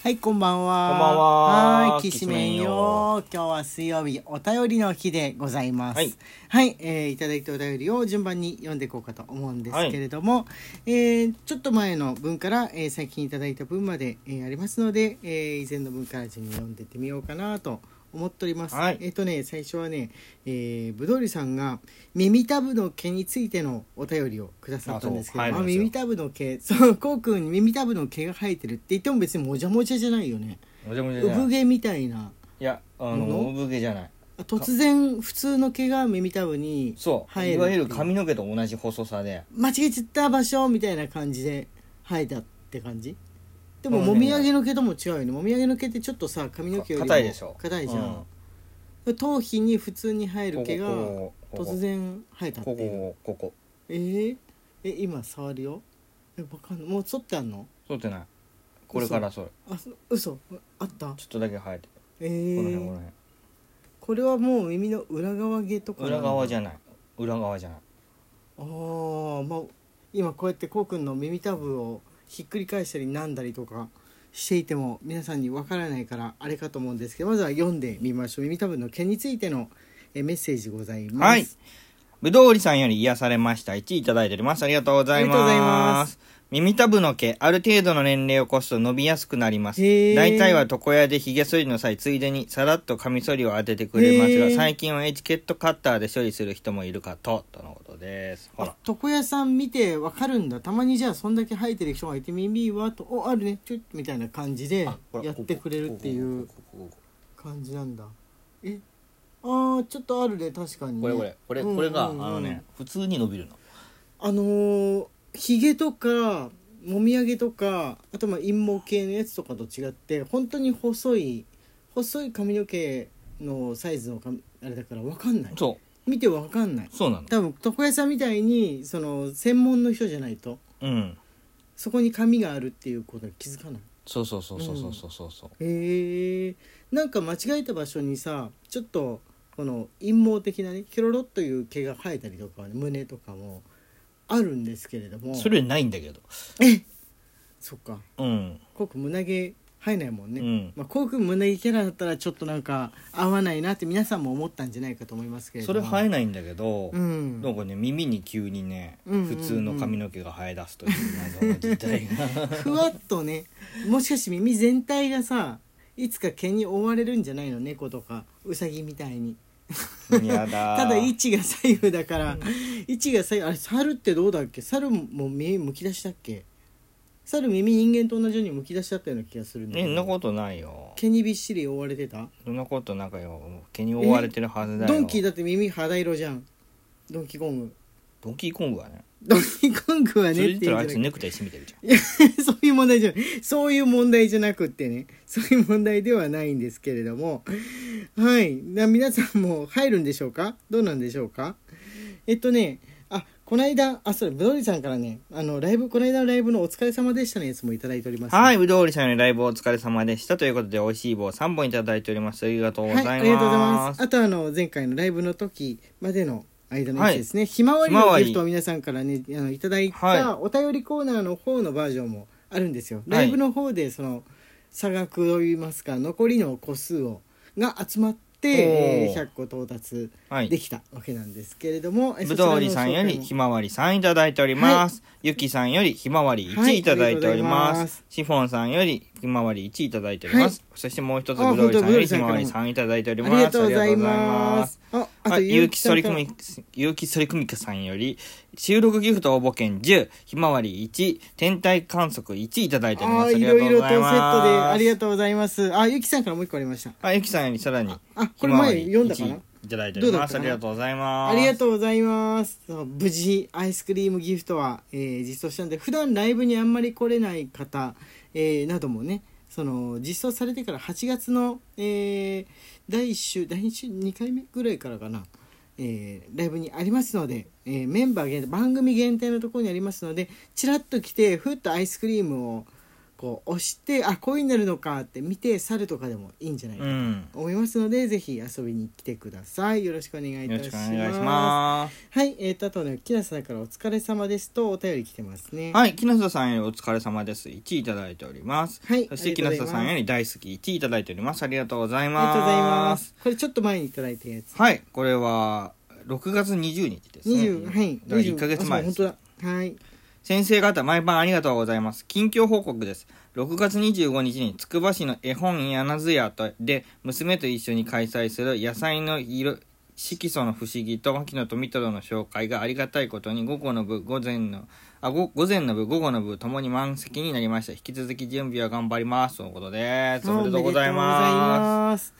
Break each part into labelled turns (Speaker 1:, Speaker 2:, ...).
Speaker 1: はい、こんばんは。
Speaker 2: こんばんは
Speaker 1: はい、きしめんよ。今日は水曜日、お便りの日でございます。は
Speaker 2: はいい、
Speaker 1: えーいただいたお便りを順番に読んでいこうかと思うんですけれども、えーちょっと前の文から、えー最近いただいた分まで、えーありますので、えー以前の文から順に読んでってみようかなと思っております。
Speaker 2: はい
Speaker 1: えっ、とね、最初はね、えー、ぶどうりさんが耳たぶの毛についてのお便りをくださったんですけど、
Speaker 2: あそう
Speaker 1: まあ
Speaker 2: 入るん
Speaker 1: 耳
Speaker 2: で
Speaker 1: たぶの毛、 そう、こうくん耳たぶの毛が生えてるって言っても別にもじゃもじゃじゃないよね。
Speaker 2: もじゃもじゃじゃない
Speaker 1: 産毛みたいない
Speaker 2: やあの
Speaker 1: も
Speaker 2: 産毛じゃない
Speaker 1: 突然普通の毛が耳たぶに
Speaker 2: そう
Speaker 1: 生え
Speaker 2: い
Speaker 1: る
Speaker 2: わゆる髪の毛と同じ細さで
Speaker 1: 間違えちゃった場所みたいな感じで生えたって感じでも
Speaker 2: うん
Speaker 1: もみあげの毛とも違うよねもみあげの毛ってちょっとさ髪の毛よりも
Speaker 2: 硬いでしょ
Speaker 1: 硬いじゃん、頭皮に普通に生え
Speaker 2: うん
Speaker 1: る毛が
Speaker 2: ここここ
Speaker 1: 突然生えたって
Speaker 2: こ
Speaker 1: いう
Speaker 2: こここ
Speaker 1: えー、え今触るよえわかんないもう剃ってあんの
Speaker 2: そうってないこれからそれ
Speaker 1: あそ嘘あった
Speaker 2: ちょっとだけ生えてる
Speaker 1: え
Speaker 2: この辺
Speaker 1: ー、
Speaker 2: この
Speaker 1: これはもう耳の裏側毛とか
Speaker 2: 辺裏側じ
Speaker 1: ゃんだ
Speaker 2: ゃない裏側じゃない
Speaker 1: あーまあ今こうやってこうくんの耳たぶをひっくり返したりなんだりとかしていても皆さんにわからないからあれかと思うんですけどまずは読んでみましょう耳たぶの毛についてのえメッセージございます、
Speaker 2: はいぶどうりさんより癒されました1いただいておりますありがとうござい
Speaker 1: ありがとうござい
Speaker 2: ま
Speaker 1: ます
Speaker 2: 耳たぶの毛ある程度の年齢を越すと伸びやすくなります
Speaker 1: へー
Speaker 2: 大体は床屋でひげ剃りの際ついでにさらっとカミソリを当ててくれます
Speaker 1: へ
Speaker 2: が
Speaker 1: ー
Speaker 2: 最近はエチケットカッターで処理する人もいるかととのことですほら
Speaker 1: あ床屋さん見てわかるんだたまにじゃあそんだけ生えてる人がいて耳はとおあるねちょっとみたいな感じでやってくれるっていう感じなんだえあーちょっとあるね確かにね
Speaker 2: これこれこれ
Speaker 1: うん
Speaker 2: これがあ
Speaker 1: うんうん
Speaker 2: のね普通に伸びるの
Speaker 1: あのー、ひげとかもみあげとかあとまあ陰毛系のやつとかと違って本当に細い細い髪の毛のサイズの髪あれだから分かんない
Speaker 2: そ
Speaker 1: 見て分かんないう
Speaker 2: そうなの
Speaker 1: 多分床屋さんみたいにその専門の人じゃないと
Speaker 2: うん
Speaker 1: そこに髪があるっていうことに気づかない
Speaker 2: そうそうそうそうそうそうそうそう
Speaker 1: へえんか間違えた場所にさちょっとこの陰毛的なねキョロロという毛が生えたりとかはね、胸とかもあるんですけれども
Speaker 2: それないんだけど
Speaker 1: そっか
Speaker 2: うん
Speaker 1: コウ君胸毛生えないもんね、
Speaker 2: うん
Speaker 1: まあ、コウ君胸毛キャラだったらちょっとなんか合わないなって皆さんも思ったんじゃないかと思いますけれど
Speaker 2: そ
Speaker 1: も
Speaker 2: れ生
Speaker 1: な
Speaker 2: え
Speaker 1: い
Speaker 2: ないんだけど
Speaker 1: うん
Speaker 2: なんかね耳に急にね、
Speaker 1: うんうんうん
Speaker 2: 普通の髪の毛が生え出すという謎の事態 が
Speaker 1: ふわっとねもしかして耳全体がさいつか毛に覆われるんじゃないの猫とかウサギみたいに
Speaker 2: やだ
Speaker 1: ただ位置が左右だから、位置が左右あれ猿ってどうだっけ猿も耳むき出しだっけ猿耳人間と同じようにむき出しだったような気がするんだけ
Speaker 2: え
Speaker 1: ど
Speaker 2: そんなことないよ
Speaker 1: 毛にびっしり覆われてた
Speaker 2: そんなことなんかよ毛に覆われてるはずだよ
Speaker 1: ドンキーだって耳肌色じゃんドンキーコング
Speaker 2: ドンキーコングはね
Speaker 1: ドンキーコングはねっ
Speaker 2: そ
Speaker 1: て
Speaker 2: れ言った
Speaker 1: 言
Speaker 2: らあ
Speaker 1: う
Speaker 2: い
Speaker 1: んじ
Speaker 2: つ
Speaker 1: ゃな
Speaker 2: ネ
Speaker 1: く
Speaker 2: クタイしてみてるじゃん
Speaker 1: いや そういう問題じゃないそういう問題じゃなくってねそういう問題ではないんですけれどもはいな皆さんも入るんでしょうかどうなんでしょうかえっとねあこの間あそれぶどりさんからねあのライブこの間のライブのお疲れ様でしたのやつもいただいております
Speaker 2: はい、ぶどうりさんのライブお疲れ様でした。ということで、美味しい棒3本いただいております。ありがとうございます。
Speaker 1: はい、ありがとうございます。あとあの前回のライブの時までの間のやつですね、ひまわり
Speaker 2: ひま
Speaker 1: の
Speaker 2: わり
Speaker 1: ギフトを皆さんからねあのいただい
Speaker 2: はい
Speaker 1: たお便りコーナーの方のバージョンもあるんですよ。
Speaker 2: はい
Speaker 1: ライブの方でその差額といいますか残りの個数をが集まって。えー
Speaker 2: おー
Speaker 1: 100個到達
Speaker 2: はい
Speaker 1: できたわけなんですけれども、え
Speaker 2: ぶどうりさんよりひまわり3いただいております。ゆきさんよりひまわり1いただいており
Speaker 1: はいありがとうござい
Speaker 2: ま
Speaker 1: ますす。
Speaker 2: シフォンさんよりひまわり1いただいております。そしてもう一つぶどうりさんよりひまわり3いただいており
Speaker 1: あ
Speaker 2: ます。
Speaker 1: りがとうござい
Speaker 2: ありがとうござい
Speaker 1: ま。
Speaker 2: ます
Speaker 1: あ
Speaker 2: あ、ゆうき
Speaker 1: さ
Speaker 2: そ
Speaker 1: ん
Speaker 2: り
Speaker 1: か
Speaker 2: く
Speaker 1: ら
Speaker 2: み、ゆうきそりくみかさんより、収録ギフト応募券10、ひまわり1、天体観測1いただいており
Speaker 1: あ
Speaker 2: ま
Speaker 1: あ
Speaker 2: す。あ
Speaker 1: い
Speaker 2: りがと
Speaker 1: ろ
Speaker 2: う
Speaker 1: い
Speaker 2: ご
Speaker 1: ろと
Speaker 2: ざ
Speaker 1: セ
Speaker 2: い
Speaker 1: ッ
Speaker 2: ます。
Speaker 1: トでありがとうございますあゆきさんからもう一個ありました
Speaker 2: あ、ゆきさんよりさらに、
Speaker 1: あこれ前読んだか
Speaker 2: ひ
Speaker 1: な
Speaker 2: まわり一いただいております。
Speaker 1: ど
Speaker 2: あ
Speaker 1: う
Speaker 2: り
Speaker 1: だ
Speaker 2: が
Speaker 1: った
Speaker 2: とうございます。
Speaker 1: ありがとうございます。そう無事、アイスクリームギフトは、えー実装したんで、普段ライブにあんまり来れない方、えーなどもね、その、実装されてから8月の、えー第1週、第2週、2回目ぐらいからかな、えーライブにありますので、えーメンバー限定、番組限定のところにありますので、ちらっと来て、ふっとアイスクリームを、こう押してあこういうになるのかって見て去るとかでもいいんじゃないか
Speaker 2: う
Speaker 1: と
Speaker 2: ん。
Speaker 1: 思いますので、ぜひ遊びに来てくださいよろしくお願いい
Speaker 2: よ
Speaker 1: た
Speaker 2: ろ
Speaker 1: し
Speaker 2: しくお
Speaker 1: ます
Speaker 2: 願いします。
Speaker 1: はいえー、とあとね木梨さんから「お疲れ様です」とお便り来てますね
Speaker 2: はい、木下さんよりお疲れ様です。1位いただいております。
Speaker 1: はい
Speaker 2: そして
Speaker 1: あり
Speaker 2: 木
Speaker 1: がとう
Speaker 2: 下
Speaker 1: ございます
Speaker 2: さんより大好き1位いただいております。ありがとうござ
Speaker 1: あ
Speaker 2: い
Speaker 1: り
Speaker 2: ます。
Speaker 1: がとうございます。これちょっと前にいただいたやつ
Speaker 2: はい、これは6月20日ですね。
Speaker 1: 20はい
Speaker 2: だから1ヶ月前
Speaker 1: あそ
Speaker 2: で
Speaker 1: う
Speaker 2: す。
Speaker 1: 本当だはい
Speaker 2: 先生方、毎晩ありがとうございます。近況報告です。6月25日につくば市の絵本柳津屋とで娘と一緒に開催する野菜の色色素の不思議と牧野富太郎の紹介がありがたいことに午後の部午前のあご午前の部午後の部ともに満席になりました引き続き準備は頑張りますとのことですおめでとうございます
Speaker 1: す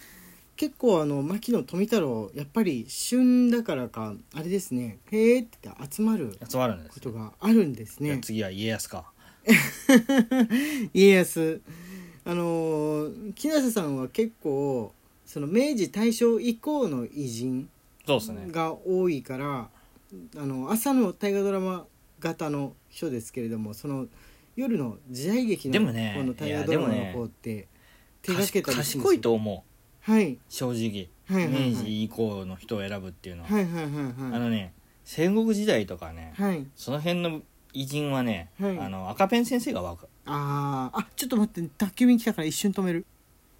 Speaker 1: 結構あの牧野富太郎やっぱり旬だからかあれですねへえって集まる
Speaker 2: 集まるんで
Speaker 1: こ
Speaker 2: す
Speaker 1: とがあるんです
Speaker 2: じゃあ
Speaker 1: ね
Speaker 2: 次は家康か
Speaker 1: 家康あのー木下さんは結構その明治大正以降の偉人
Speaker 2: そうですね
Speaker 1: が多いから、あの朝の大河ドラマ型の人ですけれどもその夜の時代劇
Speaker 2: で
Speaker 1: の
Speaker 2: もね
Speaker 1: 方の大河ドラマの方って手がけたり
Speaker 2: 賢いと思う
Speaker 1: はい
Speaker 2: 正直
Speaker 1: はいはいはい
Speaker 2: 明治以降の人を選ぶっていうのは、
Speaker 1: はいはいはい
Speaker 2: あ
Speaker 1: はい
Speaker 2: のね戦国時代とかね、
Speaker 1: はい
Speaker 2: その辺の偉人はね、
Speaker 1: はい
Speaker 2: あの赤ペン先生が湧く
Speaker 1: あーあちょっと待って宅急便来たから一瞬止める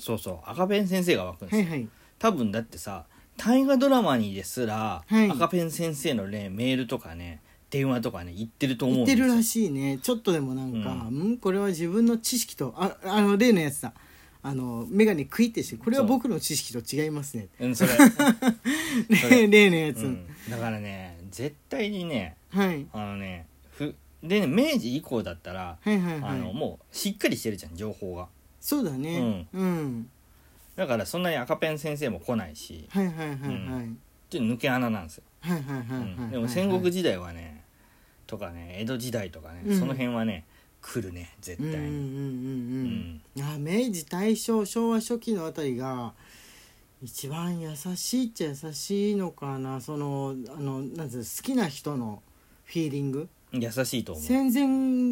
Speaker 2: そうそう赤ペン先生が湧くんです
Speaker 1: は
Speaker 2: よ、
Speaker 1: いはい
Speaker 2: 多分だってさ大河ドラマにですら、
Speaker 1: はい
Speaker 2: 赤ペン先生の、ね、メールとかね電話とかね言ってると思う
Speaker 1: 言っ
Speaker 2: んで
Speaker 1: て
Speaker 2: すよ
Speaker 1: るらしいねちょっとでもなんか、
Speaker 2: う
Speaker 1: うんこれは自分の知識とああの例のやつだあの眼鏡クイってしてこれは
Speaker 2: そう
Speaker 1: 僕の知識と違いますね
Speaker 2: うんそ れ、それ
Speaker 1: 例のやつ、
Speaker 2: うん、だからね絶対にね
Speaker 1: はい
Speaker 2: あのねふでね明治以降だったら、
Speaker 1: はいはいは
Speaker 2: あの
Speaker 1: い
Speaker 2: もうしっかりしてるじゃん情報が
Speaker 1: そうだねうん、
Speaker 2: だからそんなに赤ペン先生も来ないし
Speaker 1: はいはいはいはい、
Speaker 2: うんちょっと抜け穴なんですよ、
Speaker 1: はいはいはいは
Speaker 2: う
Speaker 1: い、
Speaker 2: んでも戦国
Speaker 1: 時
Speaker 2: 時代はねとかね江戸時代とかね、
Speaker 1: うん
Speaker 2: その辺はね来るね絶
Speaker 1: うんうん
Speaker 2: 対
Speaker 1: うん
Speaker 2: に、
Speaker 1: うんうんあ明治大正昭和初期のあたりが一番優しいっちゃ優しいのかなそのあのなんつうの好きな人のフィーリング
Speaker 2: 優しいと思う
Speaker 1: 戦前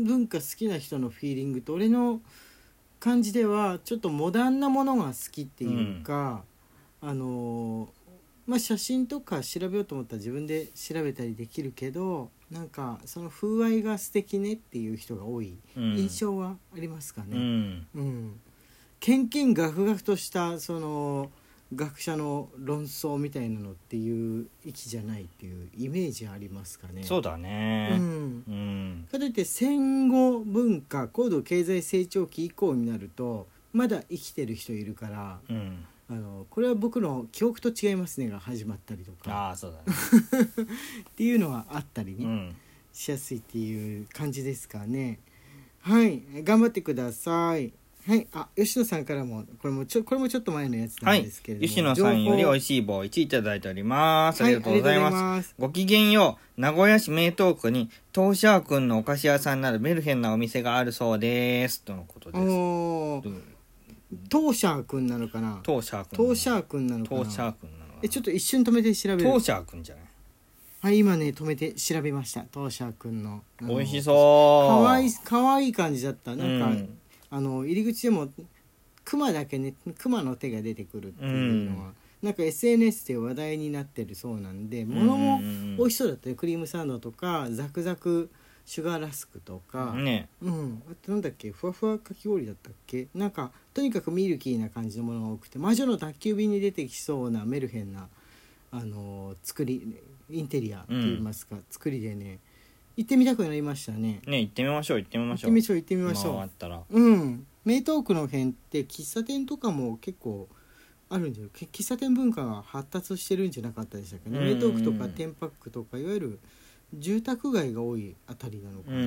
Speaker 1: 文化好きな人のフィーリングと俺の感じではちょっとモダンなものが好きっていうか、あのーまあ写真とか調べようと思ったら自分で調べたりできるけどなんかその風合いが素敵ねっていう人が多い
Speaker 2: うん
Speaker 1: 印象はありますか
Speaker 2: う
Speaker 1: ね。
Speaker 2: ん
Speaker 1: うん献金ガクガクとしたその学者の論争みたいなのっていう域じゃないっていうイメージありますかね。
Speaker 2: そうだ
Speaker 1: う
Speaker 2: ね
Speaker 1: ん
Speaker 2: うん、
Speaker 1: かといって戦後文化高度経済成長期以降になるとまだ生きてる人いるから
Speaker 2: うん
Speaker 1: あのこれは僕の「記憶と違いますね」が始まったりとか
Speaker 2: ああそうだね、
Speaker 1: っていうのはあったりね、
Speaker 2: うん、
Speaker 1: しやすいっていう感じですかねはい頑張ってくださいはいあ吉野さんからもこれもちょこれもちょっと前のやつな
Speaker 2: は
Speaker 1: ん
Speaker 2: い
Speaker 1: ですけれども、
Speaker 2: 吉野さんより
Speaker 1: 情報
Speaker 2: おいしい棒1いただいております、
Speaker 1: はい
Speaker 2: ありがとうございます
Speaker 1: ます
Speaker 2: ごきげんよう、名古屋市名東区に、トーシャー君のお菓子屋さんなるメルヘンなお店があるそうです。とのことです。
Speaker 1: おートーシャーくんなのかな
Speaker 2: トーシャー君。
Speaker 1: トーシャー
Speaker 2: 君。
Speaker 1: くんなのか
Speaker 2: ト
Speaker 1: な
Speaker 2: ーシャー君なのかな。
Speaker 1: えちょっ
Speaker 2: と、
Speaker 1: と一瞬止めて調べ
Speaker 2: ト
Speaker 1: る
Speaker 2: ーシャー君じゃない。
Speaker 1: はい今ね止めて調べましたトーシャーくんのあの
Speaker 2: 美味し
Speaker 1: う
Speaker 2: そう。
Speaker 1: かわいかわいい感じだったなんか、
Speaker 2: うん
Speaker 1: あの入り口でもクマだけねクマの手が出てくるっていうのは、
Speaker 2: う
Speaker 1: なんか SNS で話題になってるそうなんで
Speaker 2: うん
Speaker 1: 物も美味しそうだったねクリームサンドとかザクザクシュガーラスクとか、
Speaker 2: ね。
Speaker 1: うん、あとなんだっけふわふわかき氷だったっけなんかとにかくミルキーな感じのものが多くて魔女の宅急便に出てきそうなメルヘンな、あのー作りインテリアといいますか、作りでね行ってみたくなりましたね
Speaker 2: ね、行ってみましょう、行ってみ
Speaker 1: 行
Speaker 2: ま
Speaker 1: っ
Speaker 2: してょう。
Speaker 1: みましょう行ってみましょ
Speaker 2: 回
Speaker 1: う
Speaker 2: ったら。
Speaker 1: うん名東区の辺って喫茶店とかも結構あるんじゃないけ喫茶店文化が発達してるんじゃなかったでしたっけね
Speaker 2: うん
Speaker 1: 名東区とか天白区とかいわゆる住宅街が多いあたりなのか
Speaker 2: う。
Speaker 1: な、うん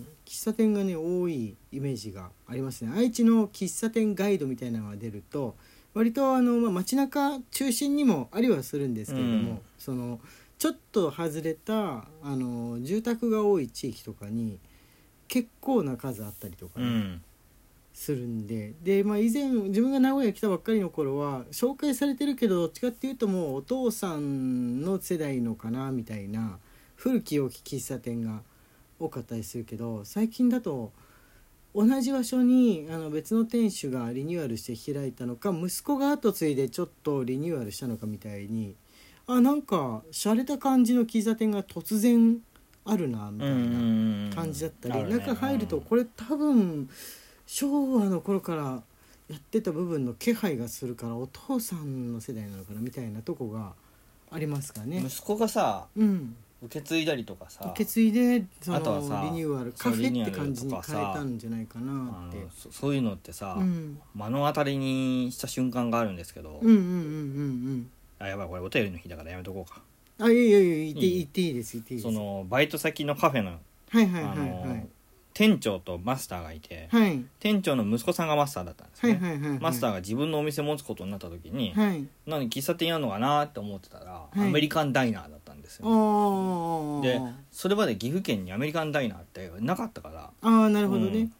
Speaker 1: ん、喫茶店がね多いイメージがありますね愛知の喫茶店ガイドみたいなのが出ると割とあの、まあ、街中中心にもありはするんですけれども、
Speaker 2: うん
Speaker 1: そのちょっと外れたあの住宅が多い地域とかに結構な数あったりとか
Speaker 2: う
Speaker 1: ね、
Speaker 2: ん。
Speaker 1: するんでで、まあ、以前自分が名古屋来たばっかりの頃は紹介されてるけどどっちかっていうともうお父さんの世代のかなみたいな古き良き喫茶店が多かったりするけど最近だと同じ場所にあの別の店主がリニューアルして開いたのか息子が後継いでちょっとリニューアルしたのかみたいにあなんか洒落た感じの喫茶店が突然あるなみたいな感じだったり、中入るとこれ多分昭和の頃からやってた部分の気配がするからお父さんの世代なのかなみたいなとこがありますからね。
Speaker 2: 息子がさ
Speaker 1: うん
Speaker 2: 受け継いだりとかさ
Speaker 1: 受け継いでその
Speaker 2: あとはさ
Speaker 1: リニューアル
Speaker 2: そ
Speaker 1: カ
Speaker 2: う
Speaker 1: フ
Speaker 2: リ
Speaker 1: ェ
Speaker 2: ニ
Speaker 1: っ
Speaker 2: ューア
Speaker 1: て
Speaker 2: ル
Speaker 1: 感じに変
Speaker 2: と
Speaker 1: え
Speaker 2: かさ
Speaker 1: たんじゃないか
Speaker 2: あ
Speaker 1: な
Speaker 2: の
Speaker 1: って、
Speaker 2: そそういうのってさ、
Speaker 1: うん、
Speaker 2: 目の当たりにした瞬間があるんですけど、
Speaker 1: うんうんうんうん
Speaker 2: あやばいこれお便りの日だからやめとこうか
Speaker 1: うんあいやいやいや言って
Speaker 2: いい
Speaker 1: 言っていいです言っていいで
Speaker 2: そ
Speaker 1: す
Speaker 2: のバイト先のカフェの
Speaker 1: はいはいは
Speaker 2: あ
Speaker 1: い
Speaker 2: の
Speaker 1: はい
Speaker 2: 店長とマスターがいて、
Speaker 1: はい
Speaker 2: 店長の息子さんがマスターだったんです
Speaker 1: は
Speaker 2: ね、
Speaker 1: いはいはいはい
Speaker 2: マスターが自分のお店持つことになった時に、
Speaker 1: はい
Speaker 2: 何喫茶店やるのかなって思ってたら、
Speaker 1: い
Speaker 2: アメリカンダイナーだったんです
Speaker 1: あ
Speaker 2: よ
Speaker 1: ー
Speaker 2: でそれまで岐阜県にアメリカンダイナーってなかったから
Speaker 1: あーなるほど
Speaker 2: う
Speaker 1: ね
Speaker 2: ん、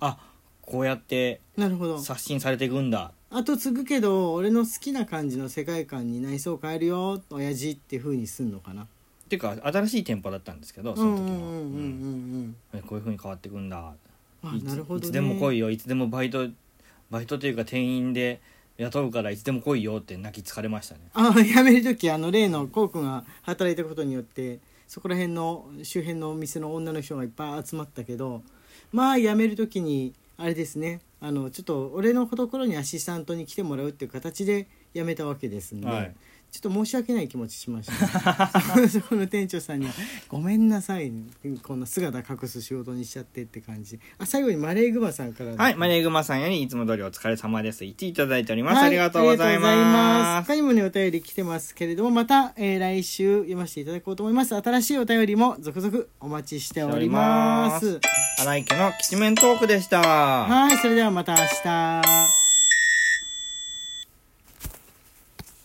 Speaker 2: あこうやって
Speaker 1: なるほど
Speaker 2: 刷新されていくんだ
Speaker 1: 後継ぐけど俺の好きな感じの世界観に内装変えるよ親父っていう風にすんのかな
Speaker 2: っていうか新しい店舗だったんですけど
Speaker 1: う
Speaker 2: その
Speaker 1: んうん
Speaker 2: 時
Speaker 1: うん
Speaker 2: の、
Speaker 1: うんうん
Speaker 2: うんこういう風に変わっていくんだ
Speaker 1: あ
Speaker 2: いつ
Speaker 1: なるほど、ね、
Speaker 2: いつでも来いよいつでもバイトバイトというか店員で雇うからいつでも来いよって泣き疲れましたね
Speaker 1: ああ辞める時あの例のこうくんが働いたことによってそこら辺の周辺のお店の女の人がいっぱい集まったけどまあ辞める時にあれですねあのちょっと俺のところにアシスタントに来てもらうっていう形で辞めたわけですんで、
Speaker 2: はい
Speaker 1: ちょっと申し訳ない気持ちしました そこの店長さんには「ごめんなさいこんな姿隠す仕事にしちゃって」って感じあ最後にマレーグマさんから
Speaker 2: はいマネーグマさんよりいつも通りお疲れ様です言っていただいております、
Speaker 1: はい
Speaker 2: ありがとうござい
Speaker 1: ありがとうござい
Speaker 2: ま
Speaker 1: ます
Speaker 2: す
Speaker 1: 他にもねお便り来てますけれどもまた、えー来週読ませていただこうと思います新しいお便りも続々お待ちしております
Speaker 2: 荒井家のきしめんトークでした
Speaker 1: はいそれではまた明日